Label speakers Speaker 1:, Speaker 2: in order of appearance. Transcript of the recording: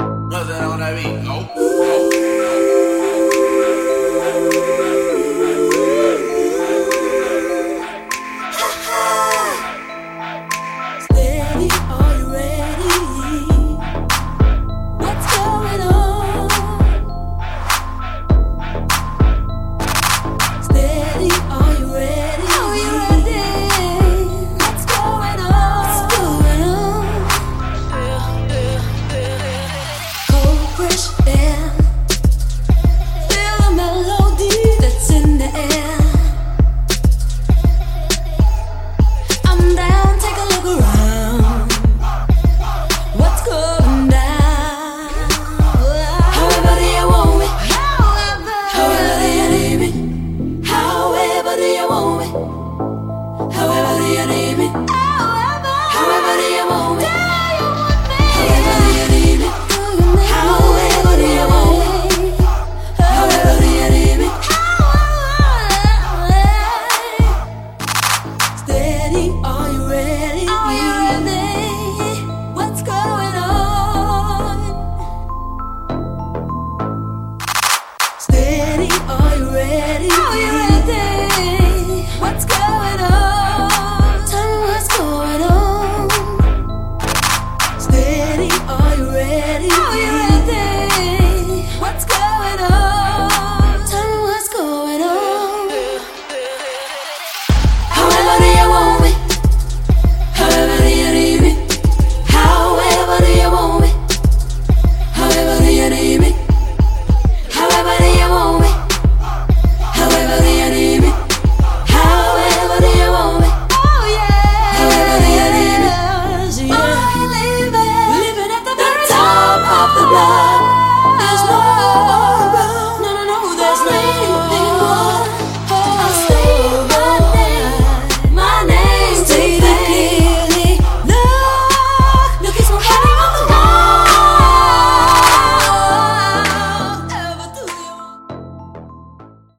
Speaker 1: wasn't on that beat. Nope.